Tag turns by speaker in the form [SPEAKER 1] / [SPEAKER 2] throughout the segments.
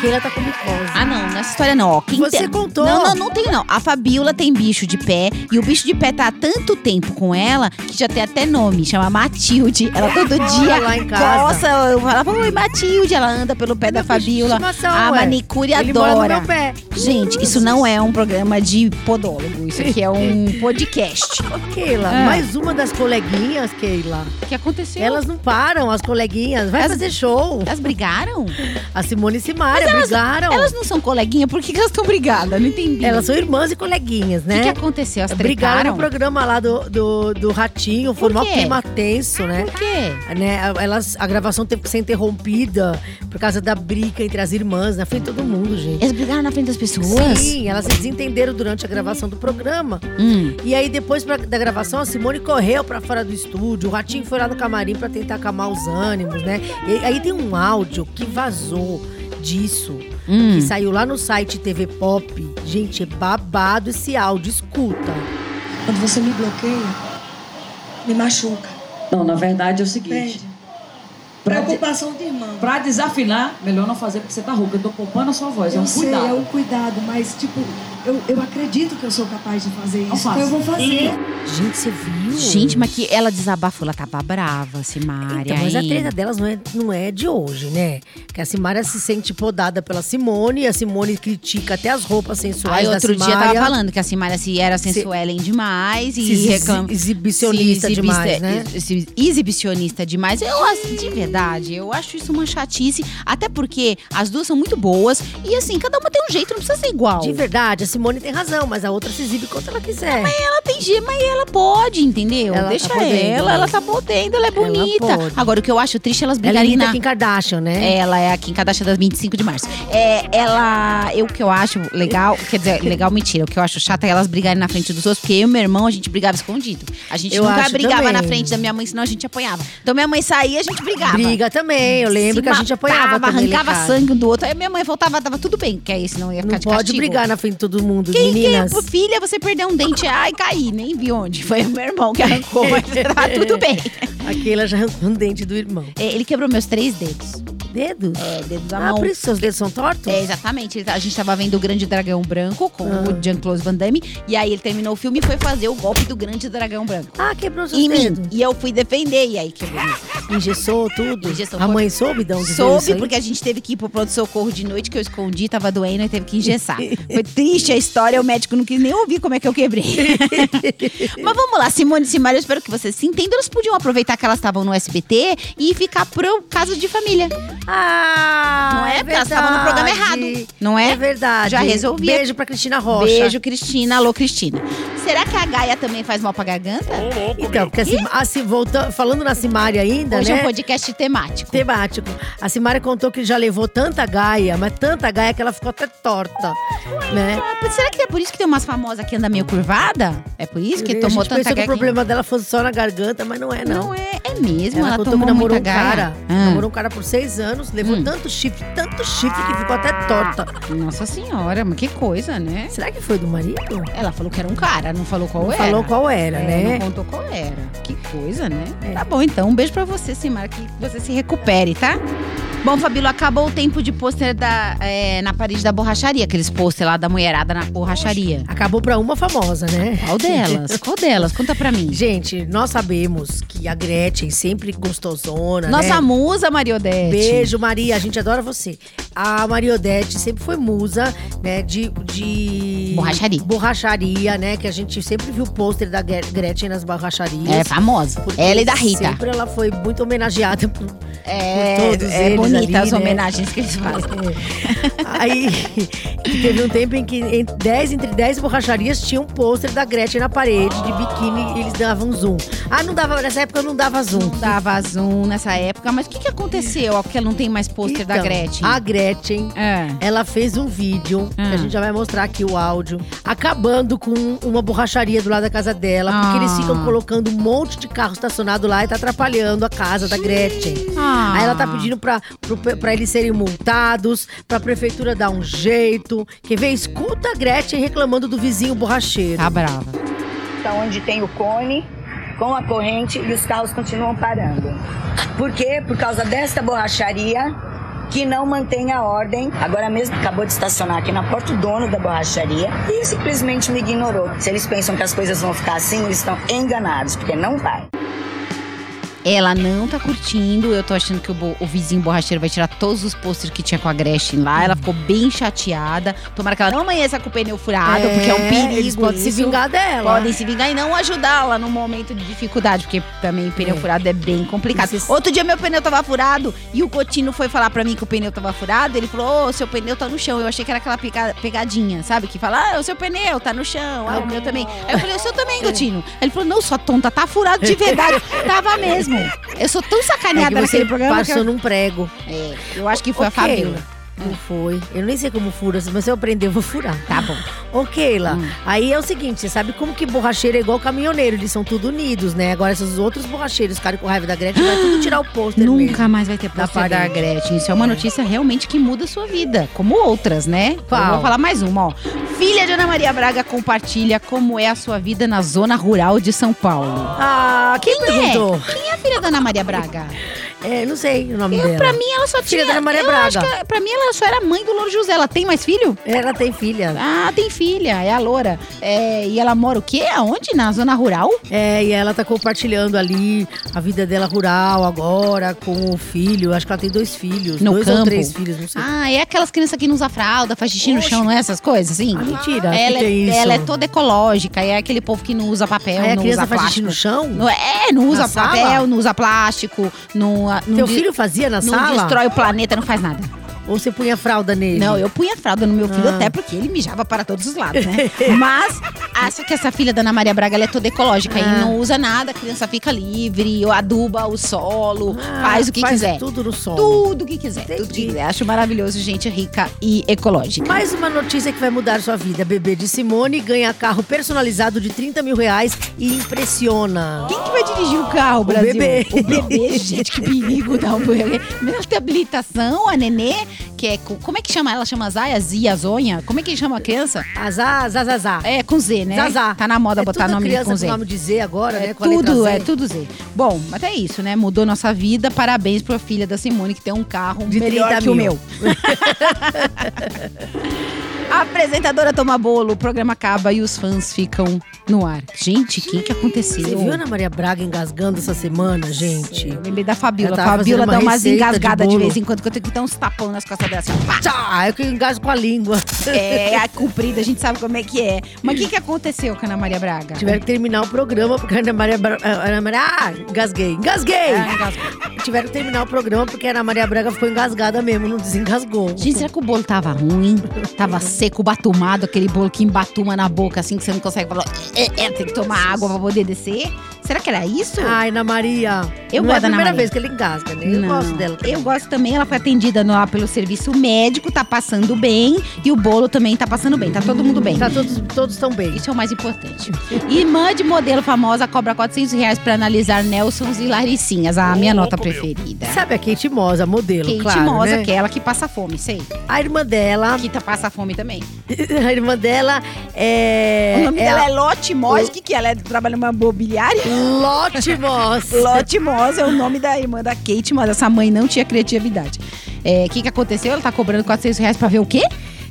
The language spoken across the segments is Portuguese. [SPEAKER 1] Keila tá com micose.
[SPEAKER 2] Ah, não, nessa história não. Ó, quem
[SPEAKER 1] Você
[SPEAKER 2] tem-
[SPEAKER 1] contou.
[SPEAKER 2] Não, não, não tem não. A Fabiola tem bicho de pé e o bicho de pé tá há tanto tempo com ela que já tem até nome. Chama Matilde. Ela todo dia.
[SPEAKER 1] lá em casa.
[SPEAKER 2] Nossa, eu falava, oi, Matilde. Ela anda pelo pé É da
[SPEAKER 1] Meu bicho de
[SPEAKER 2] Fabiola.
[SPEAKER 1] estimação,
[SPEAKER 2] A
[SPEAKER 1] ué.
[SPEAKER 2] manicure
[SPEAKER 1] Ele mora no
[SPEAKER 2] adora.
[SPEAKER 1] meu pé.
[SPEAKER 2] Gente, isso não é um programa de podólogo. Isso aqui é um podcast.
[SPEAKER 1] Ô, Keila,
[SPEAKER 2] Ah.
[SPEAKER 1] mais uma das coleguinhas, Keila.
[SPEAKER 2] O que aconteceu?
[SPEAKER 1] Elas não param, as coleguinhas. Vai
[SPEAKER 2] Elas-
[SPEAKER 1] fazer show.
[SPEAKER 2] Elas brigaram?
[SPEAKER 1] A Simone e Simária brigaram. Elas...
[SPEAKER 2] Elas não são coleguinha? Por que, que elas estão brigadas? Não entendi.
[SPEAKER 1] são irmãs e coleguinhas,
[SPEAKER 2] O que,
[SPEAKER 1] né?
[SPEAKER 2] que aconteceu? Elas
[SPEAKER 1] brigaram
[SPEAKER 2] tretaram?
[SPEAKER 1] no programa lá do, do, do Ratinho. Foi
[SPEAKER 2] Por
[SPEAKER 1] um
[SPEAKER 2] quê?
[SPEAKER 1] clima tenso, né?
[SPEAKER 2] Por quê?
[SPEAKER 1] né, elas, a gravação teve que ser interrompida por causa da briga entre as irmãs, na frente de todo mundo, gente.
[SPEAKER 2] Eles brigaram na frente das pessoas?
[SPEAKER 1] Sim, elas se desentenderam durante a gravação do programa.
[SPEAKER 2] Hum.
[SPEAKER 1] E aí, depois pra- da gravação, a Simone correu pra fora do estúdio. O Ratinho foi lá no camarim pra tentar acalmar os ânimos, né? E aí tem um áudio que vazou disso,
[SPEAKER 2] Hum.
[SPEAKER 1] que saiu lá no site TV Pop. Gente, é babado esse áudio, escuta.
[SPEAKER 3] Quando você me bloqueia, me machuca.
[SPEAKER 4] Não, na verdade é o seguinte.
[SPEAKER 3] Entende?
[SPEAKER 4] Pra, de-
[SPEAKER 3] Preocupação de irmã.
[SPEAKER 4] pra desafinar, melhor não fazer porque você tá rouca. Eu tô poupando a sua voz. É um
[SPEAKER 3] Eu sei,
[SPEAKER 4] cuidado.
[SPEAKER 3] é um cuidado, mas tipo, eu, eu acredito que eu sou capaz de fazer
[SPEAKER 4] Não
[SPEAKER 3] isso.
[SPEAKER 4] faça.
[SPEAKER 3] Então eu vou fazer.
[SPEAKER 1] Gente, você viu?
[SPEAKER 2] Gente, mas que ela desabafou, ela tava brava, Simária.
[SPEAKER 1] Então, mas a
[SPEAKER 2] hein?
[SPEAKER 1] treta delas não é, não é de hoje, né? Que a Simária se sente podada pela Simone, a Simone critica até as roupas sensuais
[SPEAKER 2] Aí
[SPEAKER 1] da
[SPEAKER 2] outro dia
[SPEAKER 1] Simária.
[SPEAKER 2] tava falando que a Simária se era sensuelen demais
[SPEAKER 1] se
[SPEAKER 2] e
[SPEAKER 1] exi-
[SPEAKER 2] reclama.
[SPEAKER 1] exibicionista
[SPEAKER 2] se
[SPEAKER 1] demais,
[SPEAKER 2] exibista-
[SPEAKER 1] né?
[SPEAKER 2] se exibicionista demais. Eu, acho- de verdade, eu acho isso uma chatice. Até porque as duas são muito boas. E assim, cada uma tem um jeito, não precisa ser igual.
[SPEAKER 1] De verdade, a Simone tem razão, mas a outra se exibe quanto ela quiser.
[SPEAKER 2] Ela tem gema e ela pode, entendeu?
[SPEAKER 1] Ela tá
[SPEAKER 2] Deixa
[SPEAKER 1] podendo,
[SPEAKER 2] ela,
[SPEAKER 1] né?
[SPEAKER 2] ela tá podendo, ela é bonita.
[SPEAKER 1] pode.
[SPEAKER 2] Agora, o que eu acho triste é elas
[SPEAKER 1] Ela
[SPEAKER 2] brigarem
[SPEAKER 1] imita
[SPEAKER 2] na,
[SPEAKER 1] Kim Kardashian, né?
[SPEAKER 2] Ela é a Kim Kardashian das 25 de março. É, ela. Eu, o que eu acho legal, quer dizer, legal, mentira. O que eu acho chato é elas brigarem na frente dos outros, porque eu e meu irmão, a gente brigava escondido. A gente
[SPEAKER 1] Eu
[SPEAKER 2] nunca
[SPEAKER 1] acho
[SPEAKER 2] brigava
[SPEAKER 1] também.
[SPEAKER 2] na frente da minha mãe, senão a gente apanhava. Então minha mãe saía, a gente brigava.
[SPEAKER 1] Briga também, eu lembro
[SPEAKER 2] Se
[SPEAKER 1] que a gente
[SPEAKER 2] matava,
[SPEAKER 1] apanhava também,
[SPEAKER 2] arrancava
[SPEAKER 1] Ricardo.
[SPEAKER 2] sangue um do outro. Aí minha mãe voltava, dava tudo bem, que aí senão ia ficar
[SPEAKER 1] Não
[SPEAKER 2] de
[SPEAKER 1] pode
[SPEAKER 2] castigo.
[SPEAKER 1] brigar na frente de todo mundo,
[SPEAKER 2] Quem, quem é
[SPEAKER 1] meninas.
[SPEAKER 2] pro filha, você perdeu um dente, ai, caí, nem vi onde. Foi o meu irmão que arrancou, mas tá tudo bem.
[SPEAKER 1] Aquela já arrancou um dente do irmão.
[SPEAKER 2] É, Ele quebrou meus três dedos.
[SPEAKER 1] Dedos?
[SPEAKER 2] É, dedo da
[SPEAKER 1] Ah,
[SPEAKER 2] mão.
[SPEAKER 1] por isso seus dedos são tortos?
[SPEAKER 2] É, exatamente. Ele tá- a gente tava vendo o Grande Dragão Branco com o Jean-Claude Van Damme. E aí ele terminou o filme e foi fazer o golpe do Grande Dragão Branco.
[SPEAKER 1] Ah, quebrou seus
[SPEAKER 2] Em mim.
[SPEAKER 1] dedos.
[SPEAKER 2] E eu fui defender, e aí quebrou.
[SPEAKER 1] Engessou tudo?
[SPEAKER 2] Engessou.
[SPEAKER 1] a mãe soube de onde veio isso
[SPEAKER 2] Soube,
[SPEAKER 1] aí?
[SPEAKER 2] porque a gente teve que ir pro pronto-socorro de noite, que eu escondi, tava doendo e teve que engessar. Foi triste a história, o médico não quis nem ouvir como é que eu quebrei. Mas vamos lá, Simone e Simária, eu espero que vocês se entendam. Elas podiam aproveitar que elas estavam no SBT e ficar pro caso de família.
[SPEAKER 1] Ah,
[SPEAKER 2] Não é? Porque elas estavam no programa errado. Não é?
[SPEAKER 1] É verdade.
[SPEAKER 2] Já resolvi.
[SPEAKER 1] Beijo pra Cristina Rocha.
[SPEAKER 2] Beijo, Cristina. Alô, Cristina. Será que a Gaia também faz mal pra garganta?
[SPEAKER 1] Então, porque assim, voltando, falando na Simária ainda,
[SPEAKER 2] Hoje é um
[SPEAKER 1] né?
[SPEAKER 2] podcast temático.
[SPEAKER 1] Temático. A Simária contou que já levou tanta gaia, mas tanta gaia que ela ficou até torta, né?
[SPEAKER 2] Ah, Será que é por isso que tem umas famosas que andam meio curvada? É por isso que
[SPEAKER 1] A
[SPEAKER 2] tomou
[SPEAKER 1] gente
[SPEAKER 2] tanta
[SPEAKER 1] pensou que o
[SPEAKER 2] gaia?
[SPEAKER 1] problema dela fosse só na garganta, mas não é, não.
[SPEAKER 2] Não é, é mesmo.
[SPEAKER 1] Ela,
[SPEAKER 2] Ela,
[SPEAKER 1] contou que
[SPEAKER 2] tomou
[SPEAKER 1] namorou
[SPEAKER 2] muita
[SPEAKER 1] um
[SPEAKER 2] gaia.
[SPEAKER 1] cara,
[SPEAKER 2] Ah, Hum.
[SPEAKER 1] namorou um cara por seis anos, levou tanto chifre, tanto chifre que ficou até torta.
[SPEAKER 2] Nossa senhora, mas que coisa, né?
[SPEAKER 1] Será que foi do marido?
[SPEAKER 2] Ela falou que era um cara, não falou qual
[SPEAKER 1] Não
[SPEAKER 2] era.
[SPEAKER 1] falou qual era,
[SPEAKER 2] É,
[SPEAKER 1] né?
[SPEAKER 2] Não contou qual era. Que coisa, né?
[SPEAKER 1] É.
[SPEAKER 2] Tá bom, então. Um beijo pra você, Simara, que você se recupere, tá? Bom, Fabíola, acabou o tempo de pôster da, é, na parede da borracharia. Aqueles pôster lá da mulherada na borracharia.
[SPEAKER 1] Acabou pra uma famosa, né?
[SPEAKER 2] Qual delas? Qual delas? Conta pra mim.
[SPEAKER 1] Gente, nós sabemos que a Gretchen sempre gostosona,
[SPEAKER 2] Nossa é.
[SPEAKER 1] né?
[SPEAKER 2] musa, Maria Odete.
[SPEAKER 1] Beijo, Maria. A gente adora você. A Maria Odete sempre foi musa, né? De. de-
[SPEAKER 2] Borracharia.
[SPEAKER 1] Borracharia, né? Que a gente sempre viu o pôster da Gre- Gretchen nas borracharias.
[SPEAKER 2] É famosa.
[SPEAKER 1] Porque
[SPEAKER 2] Ela e da Rita.
[SPEAKER 1] Sempre ela foi muito homenageada por,
[SPEAKER 2] É,
[SPEAKER 1] por todos
[SPEAKER 2] é
[SPEAKER 1] eles
[SPEAKER 2] bonita
[SPEAKER 1] ali,
[SPEAKER 2] as
[SPEAKER 1] né?
[SPEAKER 2] homenagens que eles fazem.
[SPEAKER 1] Aí teve um tempo em que em 10, entre 10 borracharias tinha um pôster da Gretchen na parede de biquíni e eles davam zoom. Ah, não dava, nessa época não dava zoom.
[SPEAKER 2] Não dava zoom nessa época, mas o que, que aconteceu? Porque ela não tem mais pôster da
[SPEAKER 1] Então,
[SPEAKER 2] Gretchen.
[SPEAKER 1] A Gretchen,
[SPEAKER 2] É.
[SPEAKER 1] ela fez um vídeo, que a
[SPEAKER 2] Ah.
[SPEAKER 1] gente já vai mostrar aqui o áudio, acabando com uma borracharia do lado da casa dela, porque
[SPEAKER 2] Ah.
[SPEAKER 1] eles ficam colocando um monte de carro estacionado lá e tá atrapalhando a casa da Gretchen.
[SPEAKER 2] Ah.
[SPEAKER 1] Aí ela tá pedindo pra, pro- pra eles serem multados, pra prefeitura dar um jeito. Quer ver? Escuta a Gretchen reclamando do vizinho borracheiro.
[SPEAKER 2] Tá brava.
[SPEAKER 5] está onde tem o cone com a corrente e os carros continuam parando. Por quê? Por causa desta borracharia que não mantém a ordem. Agora mesmo acabou de estacionar aqui na porta o dono da borracharia e simplesmente me ignorou. Se eles pensam que as coisas vão ficar assim, eles estão enganados, porque não vai.
[SPEAKER 2] Ela não tá curtindo. Eu tô achando que o, bo- o vizinho borracheiro vai tirar todos os pôsteres que tinha com a Gretchen lá. Ela ficou bem chateada. Tomara que ela não amanheça com o pneu furado, porque é um perigo.
[SPEAKER 1] Eles podem se
[SPEAKER 2] isso.
[SPEAKER 1] vingar dela.
[SPEAKER 2] Podem se vingar e não ajudá-la num momento de dificuldade, porque também pneu
[SPEAKER 1] É.
[SPEAKER 2] furado é bem complicado.
[SPEAKER 1] Esses-
[SPEAKER 2] Outro dia meu pneu tava furado e o Cotino foi falar pra mim que o pneu tava furado. Ele falou: Ô, seu pneu tá no chão. Eu achei que era aquela pega- pegadinha, sabe? Que fala: Ah, o seu pneu tá no chão. Ah, o meu também. Aí eu falei: O seu também, Cotino. Aí ele falou: Não, sua tonta, tá furado de verdade. tava mesmo. Eu sou tão
[SPEAKER 1] É
[SPEAKER 2] sacaneada
[SPEAKER 1] que você
[SPEAKER 2] naquele programa.
[SPEAKER 1] passou
[SPEAKER 2] que eu...
[SPEAKER 1] num prego.
[SPEAKER 2] É, eu acho que foi
[SPEAKER 1] Ok.
[SPEAKER 2] a É. Fabiola.
[SPEAKER 1] Não foi. Eu nem sei como fura, mas se eu aprender, eu vou furar.
[SPEAKER 2] Tá bom.
[SPEAKER 1] Ô, Keila,
[SPEAKER 2] Hum.
[SPEAKER 1] aí é o seguinte, você sabe como que borracheiro é igual caminhoneiro, eles são tudo unidos, né? Agora esses outros borracheiros, os caras com raiva da Gretchen, vai tudo tirar o pôster
[SPEAKER 2] Nunca
[SPEAKER 1] mesmo.
[SPEAKER 2] mais vai ter
[SPEAKER 1] Da
[SPEAKER 2] pôster da
[SPEAKER 1] parede.
[SPEAKER 2] Gretchen. Isso é uma notícia realmente que muda a sua vida, como outras, né?
[SPEAKER 1] Qual?
[SPEAKER 2] Eu vou falar mais uma, ó. Filha de Ana Maria Braga compartilha como é a sua vida na zona rural de São Paulo.
[SPEAKER 1] Ah, quem,
[SPEAKER 2] é?
[SPEAKER 1] perguntou?
[SPEAKER 2] Quem é a filha da Ana Maria Braga?
[SPEAKER 1] É, não sei o nome
[SPEAKER 2] Eu,
[SPEAKER 1] dela.
[SPEAKER 2] pra mim, ela só tinha.
[SPEAKER 1] Filha da Ana Maria
[SPEAKER 2] eu
[SPEAKER 1] Braga.
[SPEAKER 2] acho que, pra mim, ela só era mãe do Louro José. Ela tem mais filho?
[SPEAKER 1] Ela tem filha.
[SPEAKER 2] Ah, tem filha, é a Loura. É, e ela mora o quê? Aonde? Na zona rural?
[SPEAKER 1] É, e ela tá compartilhando ali a vida dela rural agora com o filho. Acho que ela tem dois filhos.
[SPEAKER 2] No
[SPEAKER 1] dois ou
[SPEAKER 2] campo?
[SPEAKER 1] três filhos, não sei.
[SPEAKER 2] Ah, é aquelas crianças que não usa fralda, faz xixi no chão, não é essas coisas, assim?
[SPEAKER 1] Ah, mentira.
[SPEAKER 2] Ela,
[SPEAKER 1] que que é
[SPEAKER 2] é,
[SPEAKER 1] isso?
[SPEAKER 2] ela é toda ecológica, é aquele povo que não usa papel,
[SPEAKER 1] Aí a
[SPEAKER 2] não
[SPEAKER 1] criança
[SPEAKER 2] usa
[SPEAKER 1] faz xixi
[SPEAKER 2] plástico.
[SPEAKER 1] no chão?
[SPEAKER 2] Não é, não
[SPEAKER 1] Na
[SPEAKER 2] usa
[SPEAKER 1] sala?
[SPEAKER 2] papel, não usa plástico, não, não,
[SPEAKER 1] Teu
[SPEAKER 2] de-
[SPEAKER 1] filho fazia na
[SPEAKER 2] não
[SPEAKER 1] sala?
[SPEAKER 2] destrói o planeta, não faz nada.
[SPEAKER 1] Ou você punha fralda nele?
[SPEAKER 2] Não, eu punha fralda no meu filho
[SPEAKER 1] Ah.
[SPEAKER 2] até porque ele mijava para todos os lados, né? Mas acho que essa filha da Ana Maria Braga ela é toda ecológica
[SPEAKER 1] Ah.
[SPEAKER 2] e não usa nada, a criança fica livre, aduba o solo,
[SPEAKER 1] Ah,
[SPEAKER 2] faz o que quiser.
[SPEAKER 1] tudo no sol.
[SPEAKER 2] Tudo que quiser, tudo
[SPEAKER 1] Entendi.
[SPEAKER 2] que quiser. Acho maravilhoso, gente rica e ecológica.
[SPEAKER 1] Mais uma notícia que vai mudar sua vida. Bebê de Simone ganha carro personalizado de 30 mil reais e impressiona.
[SPEAKER 2] Quem que vai dirigir o carro, Brasil?
[SPEAKER 1] bebê.
[SPEAKER 2] O bebê, gente, que perigo dá o bebê. Não tem habilitação, a nenê, que é. com- Como é que chama? Ela chama Zaya, Zia, Zonha? Como é que chama a criança?
[SPEAKER 1] Azar, zazazá.
[SPEAKER 2] É, com Z, né?
[SPEAKER 1] Zazá.
[SPEAKER 2] Tá na moda
[SPEAKER 1] É
[SPEAKER 2] botar
[SPEAKER 1] tudo
[SPEAKER 2] nome
[SPEAKER 1] criança
[SPEAKER 2] com Z.
[SPEAKER 1] nome de Z agora,
[SPEAKER 2] É
[SPEAKER 1] né? Com a letra
[SPEAKER 2] tudo,
[SPEAKER 1] Z.
[SPEAKER 2] é tudo Z. Bom, mas é isso, né? Mudou nossa vida. Parabéns pra filha da Simone, que tem um carro
[SPEAKER 1] De
[SPEAKER 2] melhor
[SPEAKER 1] 30
[SPEAKER 2] que o
[SPEAKER 1] mil.
[SPEAKER 2] meu. A apresentadora toma bolo, o programa acaba e os fãs ficam no ar. Gente, o que, que aconteceu?
[SPEAKER 1] Você viu a Ana Maria Braga engasgando essa semana, gente?
[SPEAKER 2] Eu lembrei da Fabiola.
[SPEAKER 1] Ela
[SPEAKER 2] A
[SPEAKER 1] tava
[SPEAKER 2] Fabiola
[SPEAKER 1] fazendo
[SPEAKER 2] dá
[SPEAKER 1] uma
[SPEAKER 2] umas
[SPEAKER 1] receita de
[SPEAKER 2] engasgadas de,
[SPEAKER 1] bolo.
[SPEAKER 2] vez em quando, que eu tenho que dar uns tapão nas costas dela assim, ó, pá!
[SPEAKER 1] Tchá, eu Ah, é que engasgo com a língua.
[SPEAKER 2] É, a comprida, a gente sabe como é que é. Mas o que, que aconteceu com a Ana Maria Braga?
[SPEAKER 1] Tiveram que terminar o programa porque a Ana Maria. Bra- a Ana Maria ah, engasguei, engasguei!
[SPEAKER 2] Ela É, engasgou.
[SPEAKER 1] Tiveram que terminar o programa porque a Ana Maria Braga ficou engasgada mesmo, não desengasgou.
[SPEAKER 2] Gente, será que o bolo tava ruim? Tava seco, batumado, aquele bolo que embatuma na boca, assim, que você não consegue falar. É, é, tem que tomar água pra poder descer. Será que era isso?
[SPEAKER 1] Ai, Ana Maria.
[SPEAKER 2] Eu
[SPEAKER 1] não
[SPEAKER 2] gosto
[SPEAKER 1] é a
[SPEAKER 2] da
[SPEAKER 1] primeira
[SPEAKER 2] Ana Maria.
[SPEAKER 1] vez que ela engasga, né? Eu
[SPEAKER 2] Não.
[SPEAKER 1] gosto dela. também.
[SPEAKER 2] Ah, Eu gosto também, ela foi atendida lá pelo serviço médico, tá passando bem. E o bolo também tá passando bem, tá todo mundo bem.
[SPEAKER 1] Tá todos, todos tão bem.
[SPEAKER 2] Isso é o mais importante. Irmã de modelo famosa cobra 400 reais pra analisar Nelsons e Laricinhas, a minha nota preferida.
[SPEAKER 1] Sabe a Kate Moss, a modelo,
[SPEAKER 2] Kate
[SPEAKER 1] claro,
[SPEAKER 2] Mosa,
[SPEAKER 1] né?
[SPEAKER 2] é. que é ela que passa fome, sei.
[SPEAKER 1] A irmã dela,
[SPEAKER 2] Que tá- passa fome também.
[SPEAKER 1] a irmã dela é...
[SPEAKER 2] o nome
[SPEAKER 1] é
[SPEAKER 2] dela é Lotte Moss, que que ela é? Trabalha numa mobiliária?
[SPEAKER 1] Lotte Moss.
[SPEAKER 2] Lotte Moss é o nome da irmã da Kate Moss. Essa mãe não tinha criatividade. É, O que que aconteceu? Ela tá cobrando 400 reais pra ver o quê?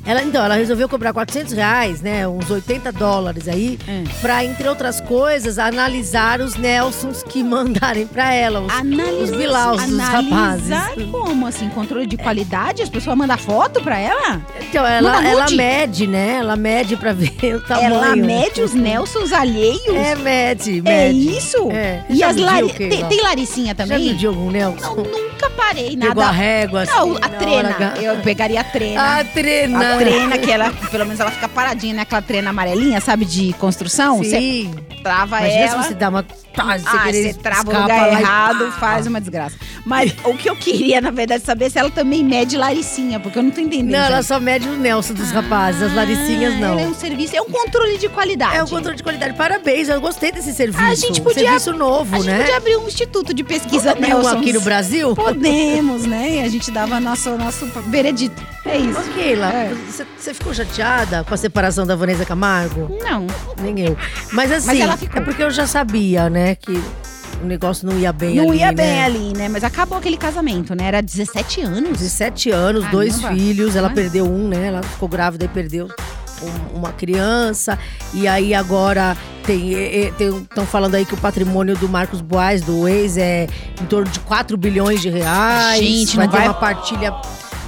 [SPEAKER 1] Ela, então, ela resolveu cobrar 400 reais, né? Uns 80 dólares aí,
[SPEAKER 2] Hum.
[SPEAKER 1] pra, entre outras coisas, analisar os Nelsons que mandarem pra ela. Os,
[SPEAKER 2] Ah,
[SPEAKER 1] os
[SPEAKER 2] Analisar.
[SPEAKER 1] Vilaus, os rapazes.
[SPEAKER 2] Analisar como, assim? Controle de qualidade? As pessoas mandam foto pra ela?
[SPEAKER 1] Então, ela,
[SPEAKER 2] Manda
[SPEAKER 1] ela
[SPEAKER 2] nude.
[SPEAKER 1] mede, né? Ela mede pra ver o tamanho.
[SPEAKER 2] Ela mede os Nelsons alheios?
[SPEAKER 1] É, mede, mede.
[SPEAKER 2] É isso?
[SPEAKER 1] É.
[SPEAKER 2] E
[SPEAKER 1] Já
[SPEAKER 2] as
[SPEAKER 1] mediu,
[SPEAKER 2] Lari...
[SPEAKER 1] Keila?
[SPEAKER 2] tem, tem Laricinha
[SPEAKER 1] Já
[SPEAKER 2] também?
[SPEAKER 1] mediu algum
[SPEAKER 2] Não,
[SPEAKER 1] Nelson?
[SPEAKER 2] nunca parei
[SPEAKER 1] Pegou a
[SPEAKER 2] nada.
[SPEAKER 1] régua,
[SPEAKER 2] Não,
[SPEAKER 1] assim,
[SPEAKER 2] a
[SPEAKER 1] na
[SPEAKER 2] trena.
[SPEAKER 1] hora Ah, H.
[SPEAKER 2] Eu pegaria a trena.
[SPEAKER 1] A trena.
[SPEAKER 2] A trena, que ela, pelo menos ela fica paradinha, né? Aquela trena amarelinha, sabe, de construção. Você
[SPEAKER 1] Sim.
[SPEAKER 2] trava
[SPEAKER 1] Imagina
[SPEAKER 2] ela.
[SPEAKER 1] se você dá uma... Ah, se
[SPEAKER 2] Ah,
[SPEAKER 1] querer
[SPEAKER 2] você trava o
[SPEAKER 1] escapa
[SPEAKER 2] lugar
[SPEAKER 1] lá e-
[SPEAKER 2] errado,
[SPEAKER 1] Ah.
[SPEAKER 2] faz uma desgraça. Mas o que eu queria, na verdade, saber é se ela também mede Laricinha, porque eu não tô entendendo.
[SPEAKER 1] Não, ela só mede o Nelson dos rapazes, as Laricinhas
[SPEAKER 2] Ah, ela É
[SPEAKER 1] não.
[SPEAKER 2] um serviço, é um controle de qualidade.
[SPEAKER 1] É o controle de qualidade. Parabéns, eu gostei desse serviço.
[SPEAKER 2] Ah, A gente podia-
[SPEAKER 1] Serviço novo,
[SPEAKER 2] A gente
[SPEAKER 1] né?
[SPEAKER 2] podia abrir um instituto de pesquisa
[SPEAKER 1] Abrir um
[SPEAKER 2] Nelson.
[SPEAKER 1] aqui no Brasil.
[SPEAKER 2] Podemos, né? E a gente dava nosso, nosso veredito. É isso.
[SPEAKER 1] Ô, Keila,
[SPEAKER 2] É.
[SPEAKER 1] você você ficou chateada com a separação da Vanessa Camargo?
[SPEAKER 2] Não.
[SPEAKER 1] Nem eu. Mas assim,
[SPEAKER 2] ela ficou.
[SPEAKER 1] é porque eu já sabia, né, que o negócio não ia bem
[SPEAKER 2] Não
[SPEAKER 1] ali,
[SPEAKER 2] ia
[SPEAKER 1] né?
[SPEAKER 2] bem ali, né? Mas acabou aquele casamento, né? Era 17 anos.
[SPEAKER 1] 17 anos, dois
[SPEAKER 2] Caramba.
[SPEAKER 1] filhos, ela
[SPEAKER 2] Olha.
[SPEAKER 1] perdeu um, né? Ela ficou grávida e perdeu um- uma criança. E aí agora tem estão falando aí que o patrimônio do Marcos Boas, do ex, é em torno de 4 bilhões de reais.
[SPEAKER 2] Gente,
[SPEAKER 1] vai
[SPEAKER 2] não
[SPEAKER 1] ter
[SPEAKER 2] vai-
[SPEAKER 1] uma partilha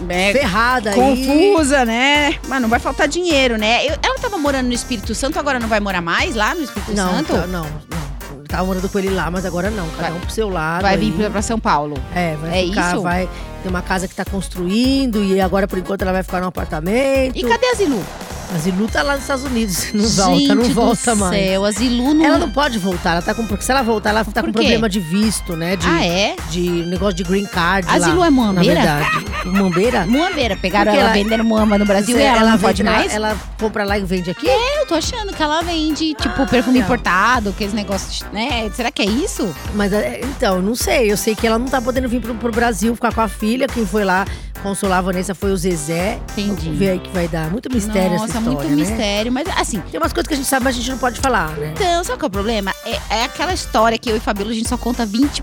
[SPEAKER 2] É,
[SPEAKER 1] ferrada aí.
[SPEAKER 2] Confusa, né? Mas não vai faltar dinheiro, né? Eu- ela tava morando no Espírito Santo, agora não vai morar mais lá no Espírito
[SPEAKER 1] Não,
[SPEAKER 2] Santo?
[SPEAKER 1] tá- não, não. Tava morando com ele lá, mas agora não. Cada
[SPEAKER 2] Vai-
[SPEAKER 1] um pro seu lado.
[SPEAKER 2] vai
[SPEAKER 1] aí.
[SPEAKER 2] vir pra, pra São Paulo.
[SPEAKER 1] É, vai
[SPEAKER 2] É
[SPEAKER 1] ficar,
[SPEAKER 2] isso?
[SPEAKER 1] vai ter uma casa que tá construindo e agora, por enquanto, ela vai ficar num apartamento.
[SPEAKER 2] E cadê a Zilu?
[SPEAKER 1] A Zilu tá lá nos Estados Unidos, não
[SPEAKER 2] Gente
[SPEAKER 1] volta, não
[SPEAKER 2] do
[SPEAKER 1] volta mais.
[SPEAKER 2] céu, a Zilu não...
[SPEAKER 1] Ela não pode voltar, ela tá com. Porque se ela voltar, ela tá
[SPEAKER 2] Por
[SPEAKER 1] com
[SPEAKER 2] quê?
[SPEAKER 1] problema de visto, né? De,
[SPEAKER 2] Ah, é?
[SPEAKER 1] de negócio de green card.
[SPEAKER 2] A
[SPEAKER 1] lá,
[SPEAKER 2] Zilu é muambeira?
[SPEAKER 1] Na verdade. Muambeira?
[SPEAKER 2] Muambeira, pegaram
[SPEAKER 1] Porque
[SPEAKER 2] ela,
[SPEAKER 1] ela-
[SPEAKER 2] vendendo muamba no Brasil
[SPEAKER 1] Você-
[SPEAKER 2] e ela, não
[SPEAKER 1] vende
[SPEAKER 2] pode
[SPEAKER 1] lá-
[SPEAKER 2] mais?
[SPEAKER 1] Ela compra lá e vende aqui?
[SPEAKER 2] Eu tô achando que ela vende, tipo, perfume
[SPEAKER 1] Não.
[SPEAKER 2] importado, aqueles negócios, né? Será que é isso?
[SPEAKER 1] Mas é, então, não sei. Eu sei que ela não tá podendo vir pro, pro Brasil ficar com a filha. Quem foi lá consolar a Vanessa foi o Zezé.
[SPEAKER 2] Entendi.
[SPEAKER 1] Vamos ver aí que vai dar. Muito mistério
[SPEAKER 2] Nossa,
[SPEAKER 1] essa história,
[SPEAKER 2] muito
[SPEAKER 1] né?
[SPEAKER 2] mistério. Mas assim,
[SPEAKER 1] Tem umas coisas que a gente sabe, mas a gente não pode falar, né?
[SPEAKER 2] então, sabe qual é o problema? É, é aquela história que eu e Fabíola, a gente só conta 20%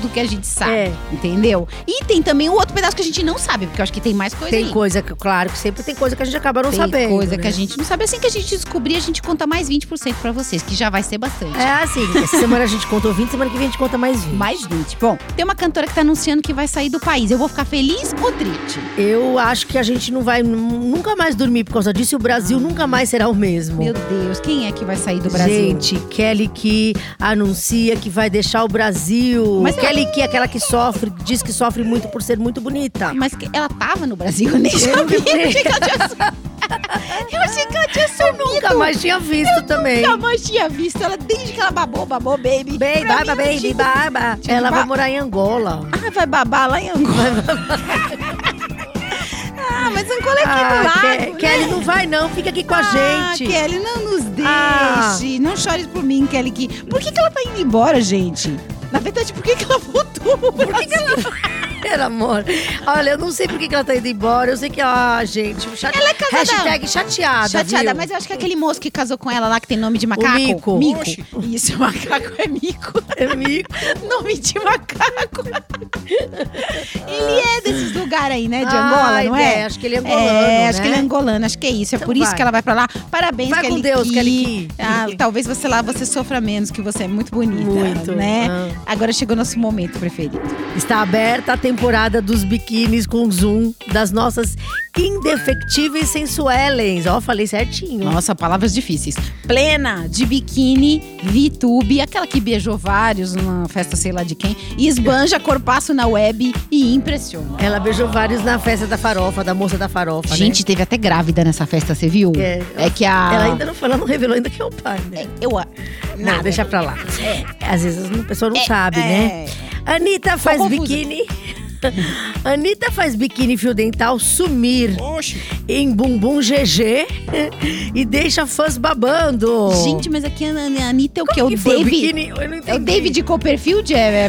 [SPEAKER 2] do que a gente sabe.
[SPEAKER 1] É.
[SPEAKER 2] Entendeu? E tem também o outro pedaço que a gente não sabe, porque eu acho que tem mais coisa
[SPEAKER 1] Tem
[SPEAKER 2] aí.
[SPEAKER 1] coisa que, claro, que sempre tem coisa que a gente acaba não
[SPEAKER 2] tem
[SPEAKER 1] sabendo.
[SPEAKER 2] coisa que
[SPEAKER 1] né?
[SPEAKER 2] a gente não sabe. Assim que a gente descobrir, a gente conta mais 20% pra vocês, que já vai ser bastante.
[SPEAKER 1] É assim, essa semana a gente contou 20, semana que vem a gente conta mais 20.
[SPEAKER 2] Mais 20. Bom, tem uma cantora que tá anunciando que vai sair do país. Eu vou ficar feliz ou triste?
[SPEAKER 1] Eu acho que a gente não vai nu- nunca mais dormir por causa disso e o Brasil nunca mais será o mesmo.
[SPEAKER 2] Meu Deus, quem é que vai sair do Brasil?
[SPEAKER 1] Gente, Kelly que anuncia que vai deixar o Brasil.
[SPEAKER 2] Mas ela-
[SPEAKER 1] Kelly que é aquela que sofre, diz que sofre muito por ser muito bonita.
[SPEAKER 2] Ah, Mas que- ela tava no Brasil, eu nem sabia. Eu achei que ela tinha su- Eu achei que ela tinha sumido.
[SPEAKER 1] Nunca mais tinha visto também.
[SPEAKER 2] Minha mãe tinha visto ela desde que ela babou, babou, baby.
[SPEAKER 1] Baby,
[SPEAKER 2] Pra
[SPEAKER 1] barba,
[SPEAKER 2] mim, eu
[SPEAKER 1] baby,
[SPEAKER 2] digo,
[SPEAKER 1] barba.
[SPEAKER 2] Tinha que
[SPEAKER 1] Ela vai
[SPEAKER 2] ba-
[SPEAKER 1] morar em Angola.
[SPEAKER 2] Ah, vai babar lá em Angola. ah, mas Angola é aqui
[SPEAKER 1] Ah,
[SPEAKER 2] do lado.
[SPEAKER 1] Ke-
[SPEAKER 2] né?
[SPEAKER 1] Kelly não vai não, fica aqui com
[SPEAKER 2] Ah,
[SPEAKER 1] a gente.
[SPEAKER 2] Kelly, não nos deixe.
[SPEAKER 1] Ah.
[SPEAKER 2] Não chore por mim, Kelly. Que... Por que, que ela tá indo embora, gente? Na verdade, por que, que ela voltou? Por que, que ela...
[SPEAKER 1] Pelo amor. Olha, eu não sei por que que ela tá indo embora. Eu sei que, ah, gente, chate...
[SPEAKER 2] Ela é casada.
[SPEAKER 1] hashtag chateada.
[SPEAKER 2] Tá Chateada,
[SPEAKER 1] viu?
[SPEAKER 2] mas eu acho que aquele moço que casou com ela lá, que tem nome de macaco.
[SPEAKER 1] mico.
[SPEAKER 2] Mico. Isso, macaco é mico.
[SPEAKER 1] É mico.
[SPEAKER 2] Nome de macaco. ele é desses lugares aí, né? De
[SPEAKER 1] Ah,
[SPEAKER 2] Angola, não é?
[SPEAKER 1] é, acho que ele é angolano,
[SPEAKER 2] É, acho
[SPEAKER 1] né?
[SPEAKER 2] que ele é angolano, acho que é isso. É
[SPEAKER 1] Então
[SPEAKER 2] por isso
[SPEAKER 1] vai.
[SPEAKER 2] que ela vai pra lá. Parabéns,
[SPEAKER 1] Vai com
[SPEAKER 2] Kelly
[SPEAKER 1] Deus,
[SPEAKER 2] Ki.
[SPEAKER 1] Kelly Ki.
[SPEAKER 2] Ah, talvez você lá você sofra menos, que você é muito bonita.
[SPEAKER 1] Muito,
[SPEAKER 2] né?
[SPEAKER 1] ah.
[SPEAKER 2] Agora chegou nosso momento preferido.
[SPEAKER 1] Está aberta a temporada dos biquínis com zoom das nossas indefectíveis sensuelens. Ó, falei certinho.
[SPEAKER 2] Nossa, palavras difíceis. Plena, de biquíni, VTube, aquela que beijou vários numa festa sei lá de quem, e esbanja corpaço na web e impressiona.
[SPEAKER 1] Ela beijou vários na festa da farofa, da moça da farofa, né?
[SPEAKER 2] Gente, teve até grávida nessa festa, você viu?
[SPEAKER 1] É.
[SPEAKER 2] é que a.
[SPEAKER 1] Ela ainda não falou, não revelou ainda que é o pai, né?
[SPEAKER 2] Eu. a-
[SPEAKER 1] Não, deixa pra lá. Às vezes a pessoa não sabe, né?
[SPEAKER 2] É.
[SPEAKER 1] Anitta faz
[SPEAKER 2] confusa.
[SPEAKER 1] biquíni. Anitta faz biquíni fio dental sumir em bumbum GG e deixa fãs babando.
[SPEAKER 2] Gente, mas aqui a a Anitta é o quê?
[SPEAKER 1] Como
[SPEAKER 2] O
[SPEAKER 1] que foi o
[SPEAKER 2] David.
[SPEAKER 1] biquíni? Eu não entendi.
[SPEAKER 2] É o David Copperfield? É, é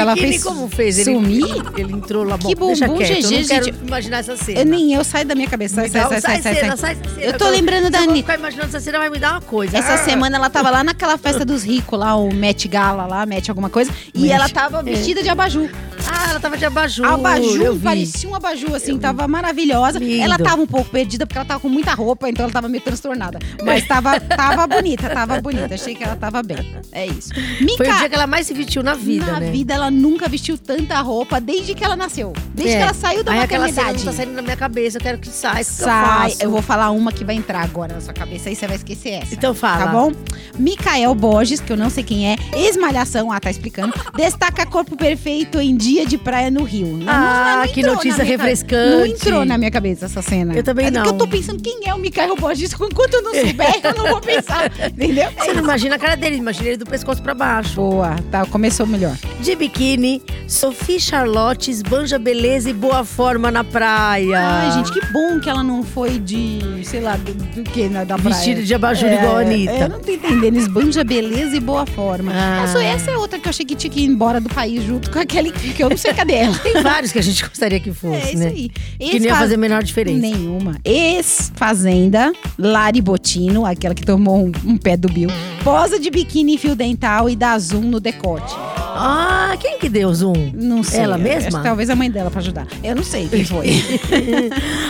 [SPEAKER 1] O
[SPEAKER 2] Ela
[SPEAKER 1] biquíni
[SPEAKER 2] fez.
[SPEAKER 1] como fez? Ele,
[SPEAKER 2] Sumir?
[SPEAKER 1] Ele entrou lá. Bom,
[SPEAKER 2] Que
[SPEAKER 1] deixa
[SPEAKER 2] bumbum
[SPEAKER 1] quieto, eu
[SPEAKER 2] GG,
[SPEAKER 1] não quero
[SPEAKER 2] gente.
[SPEAKER 1] imaginar essa cena.
[SPEAKER 2] Eu, nem eu, sai da minha cabeça. Sai,
[SPEAKER 1] Me dá um-
[SPEAKER 2] sai, sai, sai, sai,
[SPEAKER 1] cena,
[SPEAKER 2] sai.
[SPEAKER 1] essa cena.
[SPEAKER 2] Eu tô lembrando da
[SPEAKER 1] Se eu vou
[SPEAKER 2] Anitta.
[SPEAKER 1] ficar imaginando essa cena, vai me dar uma coisa.
[SPEAKER 2] Essa
[SPEAKER 1] Ah.
[SPEAKER 2] semana ela tava lá naquela festa dos ricos, lá o Met Gala, lá, Met alguma coisa. E
[SPEAKER 1] Met,
[SPEAKER 2] ela tava vestida de abajur.
[SPEAKER 1] Ah, ela tava de abajur. eu
[SPEAKER 2] abajur,
[SPEAKER 1] vi.
[SPEAKER 2] parecia um abajur, assim, tava maravilhosa.
[SPEAKER 1] Lindo.
[SPEAKER 2] Ela tava um pouco perdida, porque ela tava com muita roupa, então ela tava meio transtornada. Mas tava, tava bonita, tava bonita. Achei que ela tava bem. É isso.
[SPEAKER 1] Foi o dia
[SPEAKER 2] Mica,
[SPEAKER 1] que ela mais se vestiu na vida,
[SPEAKER 2] na
[SPEAKER 1] né?
[SPEAKER 2] vida ela nunca vestiu tanta roupa desde que ela nasceu. Desde
[SPEAKER 1] É.
[SPEAKER 2] que ela saiu da
[SPEAKER 1] Aí aquela cena
[SPEAKER 2] maternidade.
[SPEAKER 1] não tá saindo na minha cabeça, eu quero que saia. isso que eu
[SPEAKER 2] Sai,
[SPEAKER 1] faço.
[SPEAKER 2] eu vou falar uma que vai entrar agora na sua cabeça e você vai esquecer essa.
[SPEAKER 1] Então fala.
[SPEAKER 2] Tá bom? Micael Borges, que eu não sei quem é, ex-malhação, ah, tá explicando, destaca corpo perfeito em dia de praia no Rio. Não- não-
[SPEAKER 1] Ah,
[SPEAKER 2] não
[SPEAKER 1] que
[SPEAKER 2] entrou na
[SPEAKER 1] notícia
[SPEAKER 2] minha cabe-
[SPEAKER 1] refrescante.
[SPEAKER 2] Não entrou na minha cabeça essa cena.
[SPEAKER 1] Eu também
[SPEAKER 2] é porque
[SPEAKER 1] não.
[SPEAKER 2] eu tô pensando quem é o Micael Borges, enquanto eu não souber, eu não vou pensar, entendeu?
[SPEAKER 1] Você não imagina a cara dele, imagina ele do pescoço pra baixo.
[SPEAKER 2] Boa, tá, começou melhor.
[SPEAKER 1] De biquíni, Sophie Charlotte esbanja beleza e boa forma na praia.
[SPEAKER 2] Ai, gente, que bom que ela não foi de, sei lá, do, do que na, da praia.
[SPEAKER 1] Vestido de abajur igual a Anitta.
[SPEAKER 2] É, eu não tô entendendo. Esbanja beleza e boa forma.
[SPEAKER 1] Ah.
[SPEAKER 2] é Essa, essa é outra que eu achei que tinha que ir embora do país junto com aquele que eu não cerca dela.
[SPEAKER 1] Tem vários que a gente gostaria que fosse,
[SPEAKER 2] É isso
[SPEAKER 1] né?
[SPEAKER 2] aí.
[SPEAKER 1] Que não ia
[SPEAKER 2] Ex-faz-
[SPEAKER 1] fazer a menor diferença.
[SPEAKER 2] Nenhuma. Ex-fazenda, Lari Botino, aquela que tomou um, um pé do Bill, posa de biquíni e fio dental e dá zoom no decote.
[SPEAKER 1] Ah, quem que deu zoom?
[SPEAKER 2] Não sei.
[SPEAKER 1] Ela
[SPEAKER 2] eu
[SPEAKER 1] mesma?
[SPEAKER 2] acho que talvez a mãe dela pra ajudar. Eu não sei quem foi.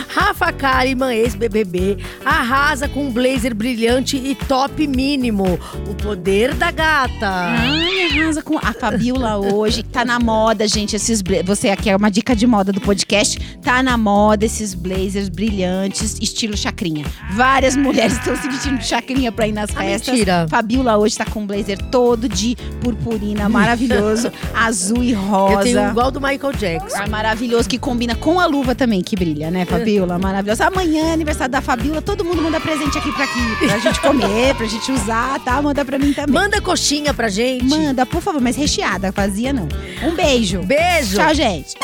[SPEAKER 1] Rafa Kalimann, ex-BBB, arrasa com um blazer brilhante e top mínimo. O poder da gata.
[SPEAKER 2] Ai, arrasa com a Fabiola hoje. Tá na moda, gente, esses bla- Você aqui é uma dica de moda do podcast. Tá na moda esses blazers brilhantes, estilo chacrinha. Várias mulheres estão se vestindo de chacrinha pra ir nas
[SPEAKER 1] Ah,
[SPEAKER 2] festas.
[SPEAKER 1] mentira.
[SPEAKER 2] Fabiola hoje tá com um blazer todo de purpurina, maravilhoso, azul e rosa.
[SPEAKER 1] Eu tenho um igual do Michael Jackson.
[SPEAKER 2] Ah, maravilhoso, que combina com a luva também, que brilha, né, Fabiola? Maravilhosa. Amanhã, é aniversário da Fabiola, todo mundo manda presente aqui pra, aqui, pra gente comer, pra gente usar, tá? Manda pra mim também.
[SPEAKER 1] Manda coxinha pra gente.
[SPEAKER 2] Manda, por favor, mas recheada, vazia não. Um beijo.
[SPEAKER 1] Beijo.
[SPEAKER 2] Tchau, gente.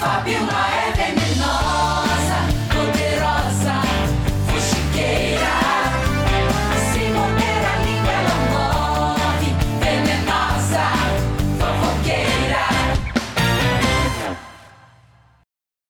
[SPEAKER 6] Fabiola é veneno.